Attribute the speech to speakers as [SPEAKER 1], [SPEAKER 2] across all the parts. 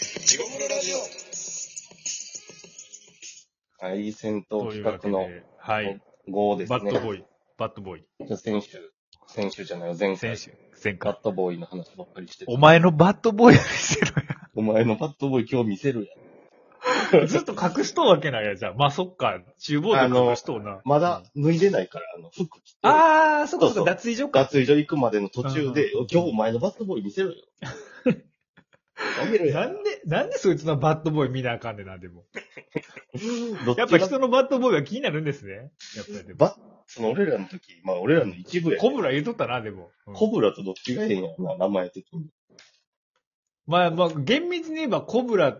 [SPEAKER 1] のラジオ。
[SPEAKER 2] はい、戦闘
[SPEAKER 3] と
[SPEAKER 2] 企
[SPEAKER 3] いう
[SPEAKER 2] 画
[SPEAKER 3] わけ
[SPEAKER 2] の
[SPEAKER 3] で、はい。
[SPEAKER 2] 5ですね。
[SPEAKER 3] バッドボーイ。バッドボーイ。
[SPEAKER 2] 先週、先週じゃないよ、前
[SPEAKER 3] 選
[SPEAKER 2] 回。
[SPEAKER 3] 手、戦
[SPEAKER 2] バ
[SPEAKER 3] 艦
[SPEAKER 2] ッ。ドボーイの話ばっかりしてて
[SPEAKER 3] お前のバッドボーイ見せろ
[SPEAKER 2] お前のバッドボーイ今日見せるやん。
[SPEAKER 3] や。ずっと隠しとうわけないや、じゃあ。まあ、そっか。厨房で隠しとうな。
[SPEAKER 2] まだ脱いでないから、あの、服着て。
[SPEAKER 3] あー、そっ
[SPEAKER 2] そう
[SPEAKER 3] かそ
[SPEAKER 2] そ
[SPEAKER 3] っ
[SPEAKER 2] う
[SPEAKER 3] か、脱衣所か。
[SPEAKER 2] 脱衣所行くまでの途中で
[SPEAKER 3] うん、
[SPEAKER 2] 今日お前のバッドボーイ見せろよ。あげろ
[SPEAKER 3] な
[SPEAKER 2] や。
[SPEAKER 3] んで、なんでそいつのバッドボーイ見なあかんねんな、でも。
[SPEAKER 2] どっ
[SPEAKER 3] やっ
[SPEAKER 2] ち
[SPEAKER 3] ぱ
[SPEAKER 2] が
[SPEAKER 3] 人のバッドボーイは気になるんですね。やっぱりでも。
[SPEAKER 2] バッ、その俺らの時、まあ俺らの一部や。
[SPEAKER 3] コブラ言うとったな、でも。うん
[SPEAKER 2] コブラとどっちがええんやろな、名前的に。
[SPEAKER 3] まあまあ、厳密に言えばコブラ、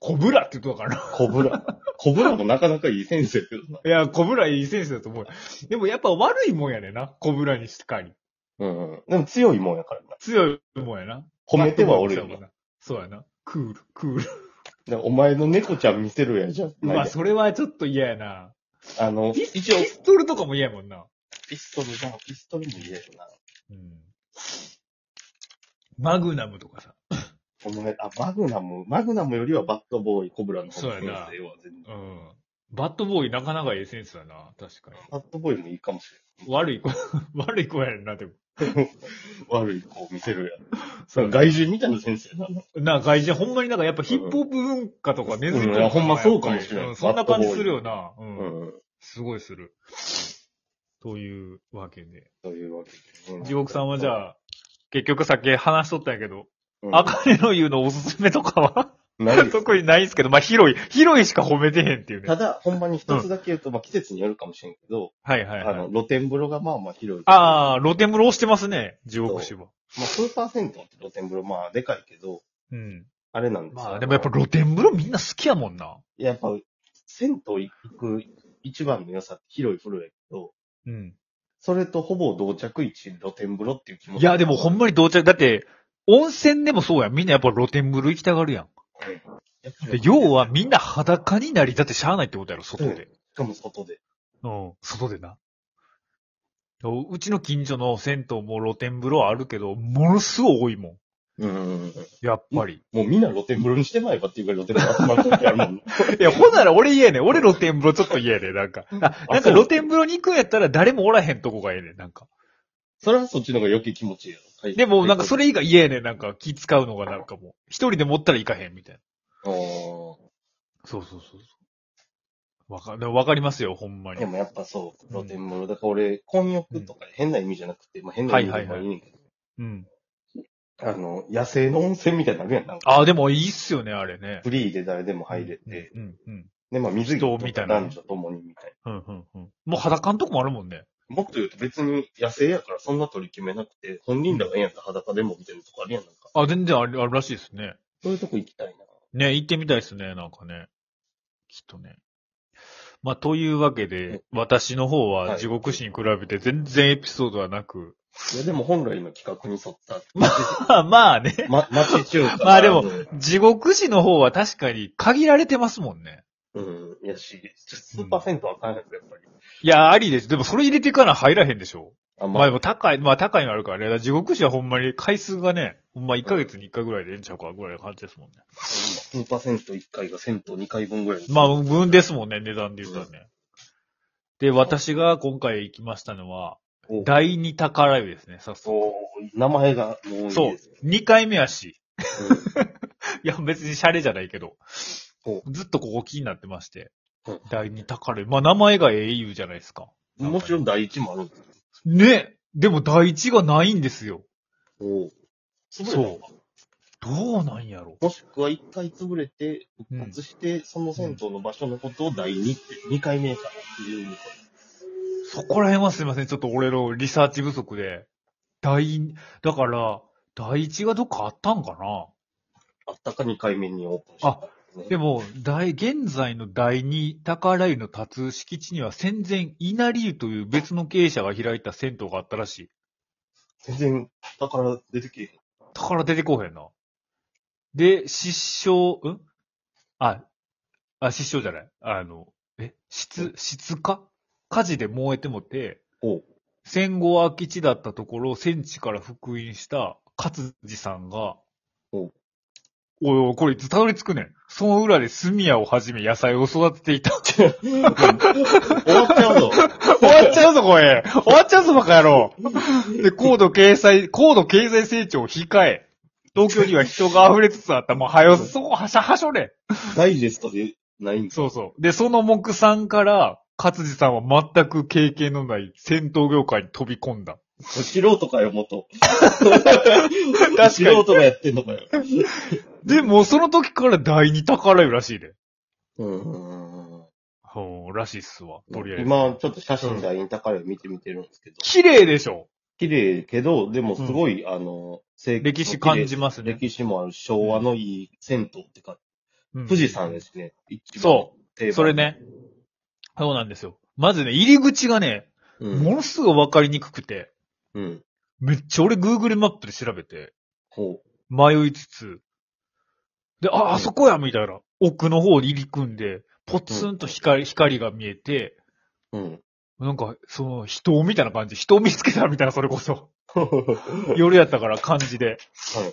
[SPEAKER 3] コブラって言うとったかな。
[SPEAKER 2] コブ ラ。コブラもなかなかいい先生やけどな。
[SPEAKER 3] いや、コブラいい選手だと思うよ。でもやっぱ悪いもんやねんな、コブラにしかり。
[SPEAKER 2] うんうん。でも強いもんやからな。
[SPEAKER 3] 強いもんやな。
[SPEAKER 2] 褒めてはおるよ
[SPEAKER 3] バッ
[SPEAKER 2] な
[SPEAKER 3] トボーイも強いもん。な。そうやな。クール、クール。
[SPEAKER 2] だからお前の猫ちゃん見せるやんじゃない
[SPEAKER 3] まあ、
[SPEAKER 2] で
[SPEAKER 3] それはちょっと嫌やな。
[SPEAKER 2] あの、
[SPEAKER 3] ピス
[SPEAKER 2] 一応、
[SPEAKER 3] ピストルとかも嫌やもんな。
[SPEAKER 2] ピストルじゃん、ピストルも言えるな。
[SPEAKER 3] うん。マグナムとかさ。
[SPEAKER 2] このね、あ、マグナム、マグナムよりはバッドボーイ、コブラの方が
[SPEAKER 3] そうやな
[SPEAKER 2] 先生は全然。
[SPEAKER 3] うん。バッドボーイなかなかええセンスだな。確かに。
[SPEAKER 2] バッドボーイもいいかもし
[SPEAKER 3] 悪い子、 悪い子やねんな、でも。
[SPEAKER 2] れん。悪い子を見せる
[SPEAKER 3] そ
[SPEAKER 2] やん。外人みたいな先生なの。
[SPEAKER 3] な、外人、ほんまになんかやっぱヒップホップ文化とか根付いてる
[SPEAKER 2] うんいやほんまそうかもしれない
[SPEAKER 3] うんそんな感じするよな。う。
[SPEAKER 2] うんん。
[SPEAKER 3] すごいする。というわけで。
[SPEAKER 2] というわけで、
[SPEAKER 3] 地獄さんはじ
[SPEAKER 2] あ、
[SPEAKER 3] ゃあ、結局さっき話しとったんやけど、
[SPEAKER 2] うん、
[SPEAKER 3] あかねの言うのおすすめとかは
[SPEAKER 2] ないです
[SPEAKER 3] 特にないんすけど、まあ、広い、広いしか褒めてへんっていうね。
[SPEAKER 2] ただ、ほんまに一つだけ言うと、まあ季節によるかもしれんけど、
[SPEAKER 3] はいはい
[SPEAKER 2] あ
[SPEAKER 3] は
[SPEAKER 2] の、
[SPEAKER 3] い。
[SPEAKER 2] 露天風呂がまあまあ広い。
[SPEAKER 3] ああ、露天風呂押してますね、地獄芝。
[SPEAKER 2] まあスーパー銭湯って露天風呂まあでかいけど、
[SPEAKER 3] うん。
[SPEAKER 2] あれなんですよ。
[SPEAKER 3] まあ、でもやっぱ露天風呂みんな好きやもんな。
[SPEAKER 2] やっぱ、銭湯行く一番の良さって広い風呂やけど、
[SPEAKER 3] うん。
[SPEAKER 2] それとほぼ同着位置露天風呂っていう気持ち。
[SPEAKER 3] いや、でもほんまに同着、だって、温泉でもそうやん。みんなやっぱ露天風呂行きたがるやん。
[SPEAKER 2] やっぱ
[SPEAKER 3] で
[SPEAKER 2] り
[SPEAKER 3] 要はみんな裸になりだってしゃあないってことやろ、外で。
[SPEAKER 2] しかも外で。
[SPEAKER 3] うん、外でな。おうちの近所の銭湯も露天風呂はあるけど、ものすごい多いもん。
[SPEAKER 2] うん。
[SPEAKER 3] やっぱり。
[SPEAKER 2] もうみんな露天風呂にしてまえばっていうか露天風呂集まる時あるもん。
[SPEAKER 3] いや、ほんなら俺嫌やねん。俺露天風呂ちょっと嫌やねん。なんか。あ、なんか露天風呂に行くんやったら誰もおらへんとこがええねん。なんか。
[SPEAKER 2] それはそっちの方が余計気持ちいいよ。はい
[SPEAKER 3] でもなんかそれ以外嫌やねん。なんか気使うのがなんかもう。一人で持ったら行かへんみたいな。
[SPEAKER 2] あー
[SPEAKER 3] そうそうそうそう。わか、でもわかりますよ、ほんまに
[SPEAKER 2] で。もやっぱそう、露天風呂。だから俺、混浴とか変な意味じゃなくて、まあ変な意味でもいいねんけど、
[SPEAKER 3] うん。
[SPEAKER 2] あの、野生の温泉みたいになるやん。なんか
[SPEAKER 3] あ、でもいいっすよね、あれね。
[SPEAKER 2] フリーで誰でも入れて、
[SPEAKER 3] うん、うん、
[SPEAKER 2] で、まあ水着と
[SPEAKER 3] 人みたいな
[SPEAKER 2] 男女ともにみたい
[SPEAKER 3] うん。うん、うん、うん。もう裸のとこもあるもんね。
[SPEAKER 2] な。もっと言うと別に野生やからそんな取り決めなくて、本人らがええんやったら裸でもみたいなとこあるやん。なんか
[SPEAKER 3] あ、全然あるあるらしいですね。
[SPEAKER 2] そういうとこ行きたいな。
[SPEAKER 3] ね、行ってみたいですね、なんかね。きっとね。まあ、というわけで、私の方
[SPEAKER 2] は
[SPEAKER 3] はい地獄史に比べて全然エピソードはなく。
[SPEAKER 2] いや、でも本来の企画に沿った。
[SPEAKER 3] まあまあね、
[SPEAKER 2] ま、町中華。
[SPEAKER 3] まあでも
[SPEAKER 2] の、
[SPEAKER 3] 地獄史の方は確かに限られてますもんね。
[SPEAKER 2] うん、いやし、スーパー銭湯は大変です、やっぱり。
[SPEAKER 3] いや、ありです。でもそれ入れていかな入らへんでしょ。
[SPEAKER 2] あ、
[SPEAKER 3] まあでも高い、まあ高いのあるからね。だから地獄史はほんまに回数がね、ほんま1ヶ月に1回ぐらいでええんちゃうかぐらいの感じですもんね。
[SPEAKER 2] スーパー銭湯1回が銭湯2回分ぐらい。
[SPEAKER 3] まあ、分ですもんね、値段で言ったらね。で、私が今回行きましたのは
[SPEAKER 2] お、
[SPEAKER 3] 第二宝湯ですね、早速。
[SPEAKER 2] そう、名前がもういいです
[SPEAKER 3] そ
[SPEAKER 2] よ
[SPEAKER 3] う。二回目やし。
[SPEAKER 2] うん
[SPEAKER 3] いや、別にシャレじゃないけど
[SPEAKER 2] お。
[SPEAKER 3] ずっとここ気になってまして
[SPEAKER 2] うん。
[SPEAKER 3] 第二宝湯。まあ、名前が英雄じゃないですか。
[SPEAKER 2] もちろん第一もあるんですよ。
[SPEAKER 3] ねでも第一がないんですよ。
[SPEAKER 2] おすごいな
[SPEAKER 3] そう。どうなんやろ。
[SPEAKER 2] もしくは1回潰れて、復活して、その銭湯の場所のことを第二って、2回目からっていうのか。
[SPEAKER 3] そこら辺はすいません。ちょっと俺のリサーチ不足で。第二、だから、第一がどっかあったんかな
[SPEAKER 2] あったか2回目にオープンしたんですね。
[SPEAKER 3] でも、大、現在の第二宝湯の立つ敷地には戦前、稲荷湯という別の経営者が開いた銭湯があったらしい。
[SPEAKER 2] 全然、だから出てけえへん。
[SPEAKER 3] 宝出てこへんな。で、失笑、んあ、あ、失笑じゃない。あの、え、失、失火火事で燃えてもて、
[SPEAKER 2] おう
[SPEAKER 3] 戦後は空き地だったところを戦地から復員した勝治さんが
[SPEAKER 2] お、
[SPEAKER 3] おいおい、これいつたどり着くねん。その裏で炭屋をはじめ野菜を育てていた。
[SPEAKER 2] 終わっちゃうぞ。
[SPEAKER 3] 終わっちゃうぞ、これ。終わっちゃうぞ、バカ野郎。で、高度経済、高度経済成長を控え、東京には人が溢れつつあった。もう、はよ、そこ、はしゃはしょれ。
[SPEAKER 2] ダイジェストでないんです
[SPEAKER 3] そうそう。で、その木さんから、勝地さんは全く経験のない戦闘業界に飛び込んだ。
[SPEAKER 2] 素人かよ、元。
[SPEAKER 3] 確かに
[SPEAKER 2] 素人がやってんのかよ。
[SPEAKER 3] で、もうその時から第二宝よらしいで。
[SPEAKER 2] うん。
[SPEAKER 3] ほう、らしいっすわ。とりあえず。
[SPEAKER 2] 今、ちょっと写真でインタカレー見てみてるんですけど。
[SPEAKER 3] 綺麗でしょ
[SPEAKER 2] 綺麗けど、でもすごい、あの、清潔
[SPEAKER 3] 歴史感じますね。
[SPEAKER 2] 歴史もある昭和のいい銭湯ってか、
[SPEAKER 3] うん
[SPEAKER 2] 富士山ですね。一番
[SPEAKER 3] そ
[SPEAKER 2] 定
[SPEAKER 3] う。
[SPEAKER 2] 番
[SPEAKER 3] それ。ね。そうなんですよ。まずね、入り口がね、
[SPEAKER 2] うん。
[SPEAKER 3] ものすごいわかりにくくて、
[SPEAKER 2] うん。
[SPEAKER 3] めっちゃ俺 Google マップで調べて、
[SPEAKER 2] ほ
[SPEAKER 3] 迷いつつ、で、あ、あそこやみたいな。奥の方に入り組んで、ポツンと光、光が見えて、
[SPEAKER 2] う。うん。
[SPEAKER 3] なんか、その、人みたいな感じ。人を見つけたみたいな、それこそ。 夜やったから、感じで。
[SPEAKER 2] はいはい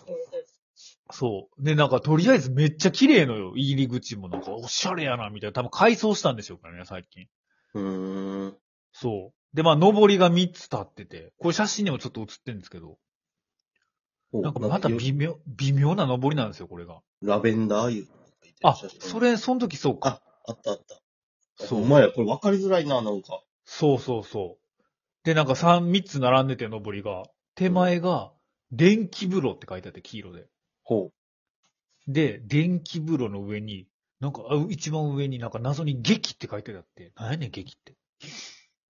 [SPEAKER 3] そう。で、なんか、とりあえずめっちゃ綺麗のよ。入り口もなんか、おしゃれやな、みたいな。多分改装したんでしょうからね、最近。
[SPEAKER 2] うーん。
[SPEAKER 3] そう。で、まあ、上りが3つ立ってて、これ写真にもちょっと写ってるんですけど、
[SPEAKER 2] ほう
[SPEAKER 3] なんかまた
[SPEAKER 2] なんか
[SPEAKER 3] 微妙、微妙な上りなんですよ、これが。
[SPEAKER 2] ラベンダーいうのが書いてある
[SPEAKER 3] あ
[SPEAKER 2] 写、真
[SPEAKER 3] それ、その時そうか。
[SPEAKER 2] あったあった。
[SPEAKER 3] そ
[SPEAKER 2] そうう。お前や、これ分かりづらいな、なんか。
[SPEAKER 3] そうそうそう。で、なんか3、3つ並んでて、上りが。手前が、電気風呂って書いてあって、黄色で。
[SPEAKER 2] ほ
[SPEAKER 3] で、電気風呂の上に、なんか、あ一番上になんか謎に劇って書いてあって、なんやねん劇って。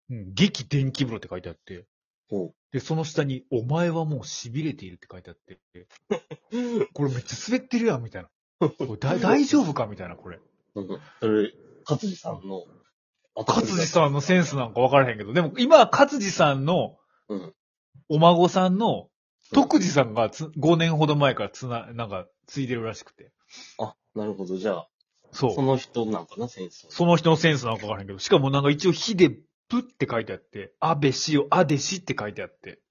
[SPEAKER 3] うん、劇電気風呂って書いてあって、
[SPEAKER 2] う。ほ
[SPEAKER 3] で、その下に、お前はもう痺れているって書いてあって、
[SPEAKER 2] う。うん。
[SPEAKER 3] これめっちゃ滑ってるやん、みたいな。こ れだ大丈夫かみたいな、これ。
[SPEAKER 2] それ、勝地さんの、
[SPEAKER 3] 勝地さんのセンスなんか分からへんけど、でも今、勝地さんの
[SPEAKER 2] うん、
[SPEAKER 3] お孫さんの、徳地さんがつ5年ほど前からつな、なんか、ついでるらしくて。
[SPEAKER 2] あ、なるほど。じゃあ、
[SPEAKER 3] そう
[SPEAKER 2] そ。の人なんかな、センス。
[SPEAKER 3] その人のセンスなのかわからへんけど、しかもなんか一応、ひでぶって書いてあって、あべしよ、あでしって書いてあって、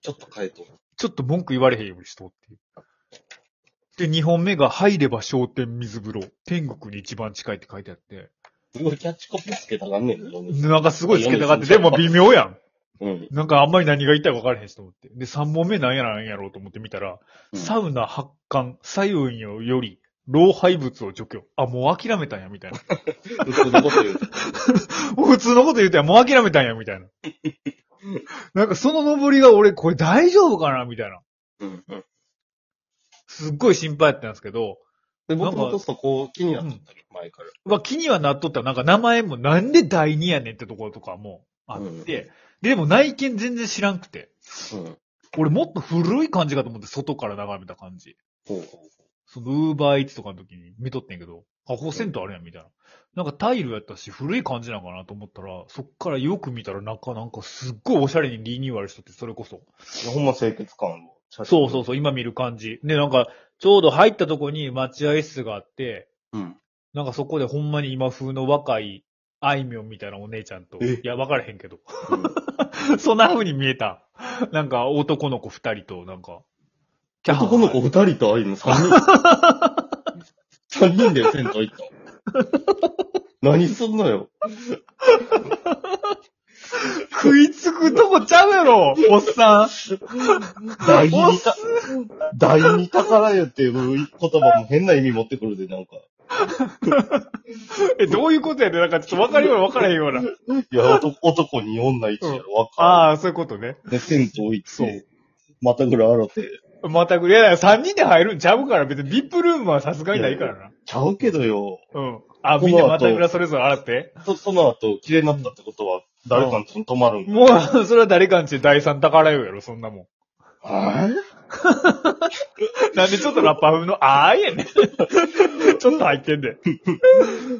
[SPEAKER 2] ちょっと変えと。
[SPEAKER 3] ちょっと文句言われへんようにしとっていう。で、二本目が、入れば商店水風呂、天国に一番近いって書いてあって、
[SPEAKER 2] すごいキャッチコピーつけたがんねんのに。
[SPEAKER 3] なんかすごい付けたがって、でも微妙やん。
[SPEAKER 2] うん。
[SPEAKER 3] なんかあんまり何が言いたいか分からへんしと思って。で、三本目なんやなんやろうと思って見たら、
[SPEAKER 2] うん
[SPEAKER 3] サウナ発汗、左右より、老廃物を除去。あ、もう諦めたんや、みたいな。
[SPEAKER 2] 普通のこと言う。
[SPEAKER 3] 普通のこと言うてもう諦めたんや、みた いな。なんかその登りが俺、これ大丈夫かなみたいな。
[SPEAKER 2] うん。うん。
[SPEAKER 3] すっごい心配やったんですけど、
[SPEAKER 2] で、僕もとそこ気になっとったり、前から。
[SPEAKER 3] まあ気にはなっとった。なんか名前もなんで第二やねんってところとかもあって、
[SPEAKER 2] うん
[SPEAKER 3] で、でも内見全然知らんくて。
[SPEAKER 2] うん。
[SPEAKER 3] 俺もっと古い感じかと思って外から眺めた感じ。
[SPEAKER 2] ほうほ
[SPEAKER 3] そのウーバーイーツとかの時に見とってんけど、あ、ここ銭湯あるやん、みたいな。なんかタイルやったし、古い感じなんかなと思ったら、そっからよく見たら中なんかすっごいおしゃれにリニューアルしとって、それこそ。
[SPEAKER 2] う。ほんま清潔感も。
[SPEAKER 3] そうそう
[SPEAKER 2] そ
[SPEAKER 3] そう、今見る感じ。で、なんか、ちょうど入ったとこに待合室があって、
[SPEAKER 2] う。うん。
[SPEAKER 3] なんかそこでほんまに今風の若い、あいみょんみたいなお姉ちゃんと、
[SPEAKER 2] え
[SPEAKER 3] いや、わからへんけど。
[SPEAKER 2] うん
[SPEAKER 3] そんな風に見えた。なんか男の子二人と、なんか、キャハハ
[SPEAKER 2] 男の子二人とああいうの三人。三人だよ、銭湯行ったの。何すんのよ。
[SPEAKER 3] 食いつくとこちゃうやろ、おっさん。
[SPEAKER 2] 第二た、第二宝よっていう言葉も変な意味持ってくるで、なんか。
[SPEAKER 3] え、どういうことやねなんかちょっとわかるような、わからへんような。
[SPEAKER 2] いや、男男に女一やろ、わか
[SPEAKER 3] ああ、そういうことね。
[SPEAKER 2] る。で、銭湯行っ
[SPEAKER 3] そう
[SPEAKER 2] て、またぐら洗って。
[SPEAKER 3] またぐれ、いやいや、三人で入るんちゃうから、別に VIP ルームはさすがにないからな。
[SPEAKER 2] ちゃうけどよ。
[SPEAKER 3] うん。あ、
[SPEAKER 2] この後
[SPEAKER 3] みんなまたぐらそれぞれ洗って。
[SPEAKER 2] そその後、綺麗になったってことは、誰かの家に泊まるん
[SPEAKER 3] もう、それは誰かんち第三宝よやろ、そんなも
[SPEAKER 2] はい
[SPEAKER 3] ん。なんでちょっとラッパー風の、あーい やね。ちょっと入ってんで。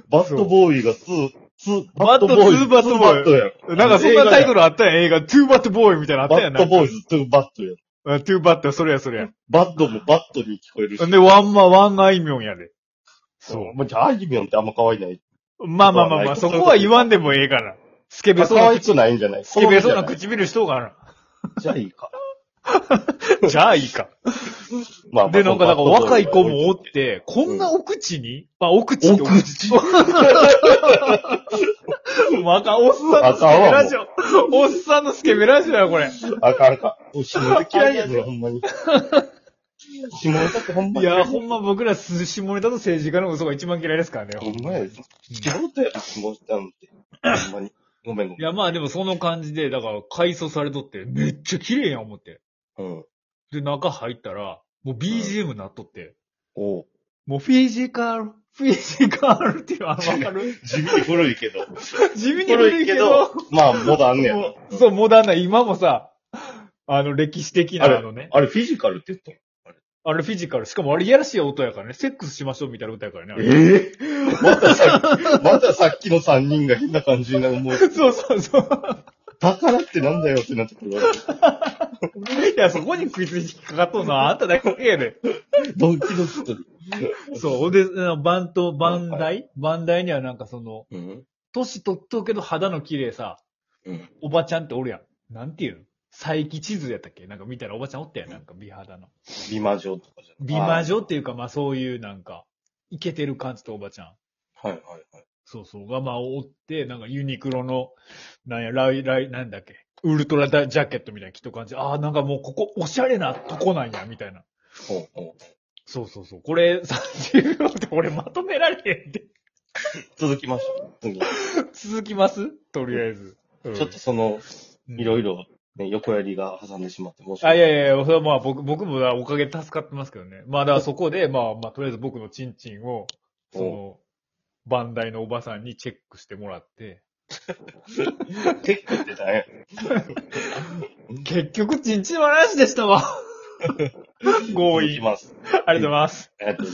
[SPEAKER 2] バットボーイがツー、ツー、
[SPEAKER 3] バットツーバットボーイ
[SPEAKER 2] ツーバットや
[SPEAKER 3] なんかそんなタイトルあったやん、映画。トゥーバットボーイみたいなのあっ
[SPEAKER 2] バ
[SPEAKER 3] たやん。
[SPEAKER 2] ットボーイ
[SPEAKER 3] イ。
[SPEAKER 2] ズ、トゥーバットや。
[SPEAKER 3] うんトゥーバット、それや、それ
[SPEAKER 2] バッドもバットに聞こえるし
[SPEAKER 3] や。。で、ワンマ、ワンあいみょんやで。そう。
[SPEAKER 2] もうじゃあ、あいみょんってあんま可愛いない。
[SPEAKER 3] まあまあまあまあ、そこは言わんでもええから。スケベそう
[SPEAKER 2] 可
[SPEAKER 3] な
[SPEAKER 2] 愛
[SPEAKER 3] 口、
[SPEAKER 2] くないんじゃない
[SPEAKER 3] スケベそうな
[SPEAKER 2] 好みじゃ
[SPEAKER 3] 唇しとうかな。
[SPEAKER 2] ないじゃあいいか。
[SPEAKER 3] じゃあいいか。
[SPEAKER 2] まあ
[SPEAKER 3] で、なんか、なんか若い子もおっ。
[SPEAKER 2] まあ
[SPEAKER 3] て、こんな奥地に、まあ、奥地って
[SPEAKER 2] 奥
[SPEAKER 3] 地若、おっさんのスケベラジオ。おっさんのスケベラジオや、これ。
[SPEAKER 2] あかんあかん。もう下ネタ嫌いやぞ、ほんま に。下ネタってほんま
[SPEAKER 3] い
[SPEAKER 2] 嫌
[SPEAKER 3] や、
[SPEAKER 2] い
[SPEAKER 3] ほんま僕らす下ネタと政治家の嘘が一番嫌いですからね。
[SPEAKER 2] ほんまやで。下ネタや、下ネタなんて。ほんまに。ごめんご
[SPEAKER 3] い
[SPEAKER 2] めん。
[SPEAKER 3] や、まあでもその感じで、だから、改装されとって、めっちゃ綺麗やん、思って。
[SPEAKER 2] うん。
[SPEAKER 3] で、中入ったら、もう BGM なっとって、
[SPEAKER 2] おう。
[SPEAKER 3] もうフィジカル、フィジカルっていうのはわかる
[SPEAKER 2] 地味に古いけど。
[SPEAKER 3] 地味に古いけど、
[SPEAKER 2] まあ、まだあんねやな
[SPEAKER 3] もうそう、モダンな、今もさ、あの、歴史的なあのね、
[SPEAKER 2] あれ、フィジカルって言った
[SPEAKER 3] あれフィジカル、しかもあれいやらしい音やからね、セックスしましょうみたいな歌やからねあれ。
[SPEAKER 2] ええまたさっき、またさっきの3人が変な感じになる。もう、
[SPEAKER 3] そうそうそう。
[SPEAKER 2] だからってなんだよってなってくるわ。
[SPEAKER 3] いや、そこに食いついて引っかかっとんのはあんただけやで。
[SPEAKER 2] ドキドキする。
[SPEAKER 3] そう、ほんで、バンと、バンダイバンダイにはなんかその、
[SPEAKER 2] うん。
[SPEAKER 3] 年取っとうけど肌の綺麗さ、
[SPEAKER 2] うん。
[SPEAKER 3] おばちゃんっておるやん。なんていうの佐伯地図やったっけなんか見たらおばちゃんおったやん。なんか美肌の。
[SPEAKER 2] 美魔女とかじゃ
[SPEAKER 3] 美魔
[SPEAKER 2] 女
[SPEAKER 3] 女っていうか、まあそういうなんか、イケてる感じとおばちゃん。
[SPEAKER 2] はいはいはい。
[SPEAKER 3] そうそう。が、まあおって、なんかユニクロの、なんや、ライ、ライ、なんだっけ。ウルトラダジャケットみたいな着と感じ。ああ、なんかもうここおしゃれなとこなんや、みたいな。
[SPEAKER 2] ほうほう。
[SPEAKER 3] そうそうそう。これ30秒で俺まとめられへんって。
[SPEAKER 2] 続きましょう。次。ち
[SPEAKER 3] 続きますとりあえず。
[SPEAKER 2] ょっとその、
[SPEAKER 3] うん、
[SPEAKER 2] いろいろ、ね、横やりが挟んでしまって申し
[SPEAKER 3] あ、い
[SPEAKER 2] 訳ない。
[SPEAKER 3] やいや、それはまあ僕、僕もおかげで助かってますけどね。まあだからそこで、まあまあとりあえず僕のチンチンを、その、バンダイのおばさんにチェックしてもらって、
[SPEAKER 2] テックってたね。
[SPEAKER 3] 結 局チンチンの話でしたわ。強
[SPEAKER 2] いき
[SPEAKER 3] 引。
[SPEAKER 2] ます。
[SPEAKER 3] ありがとうございます。
[SPEAKER 2] ありがとうございます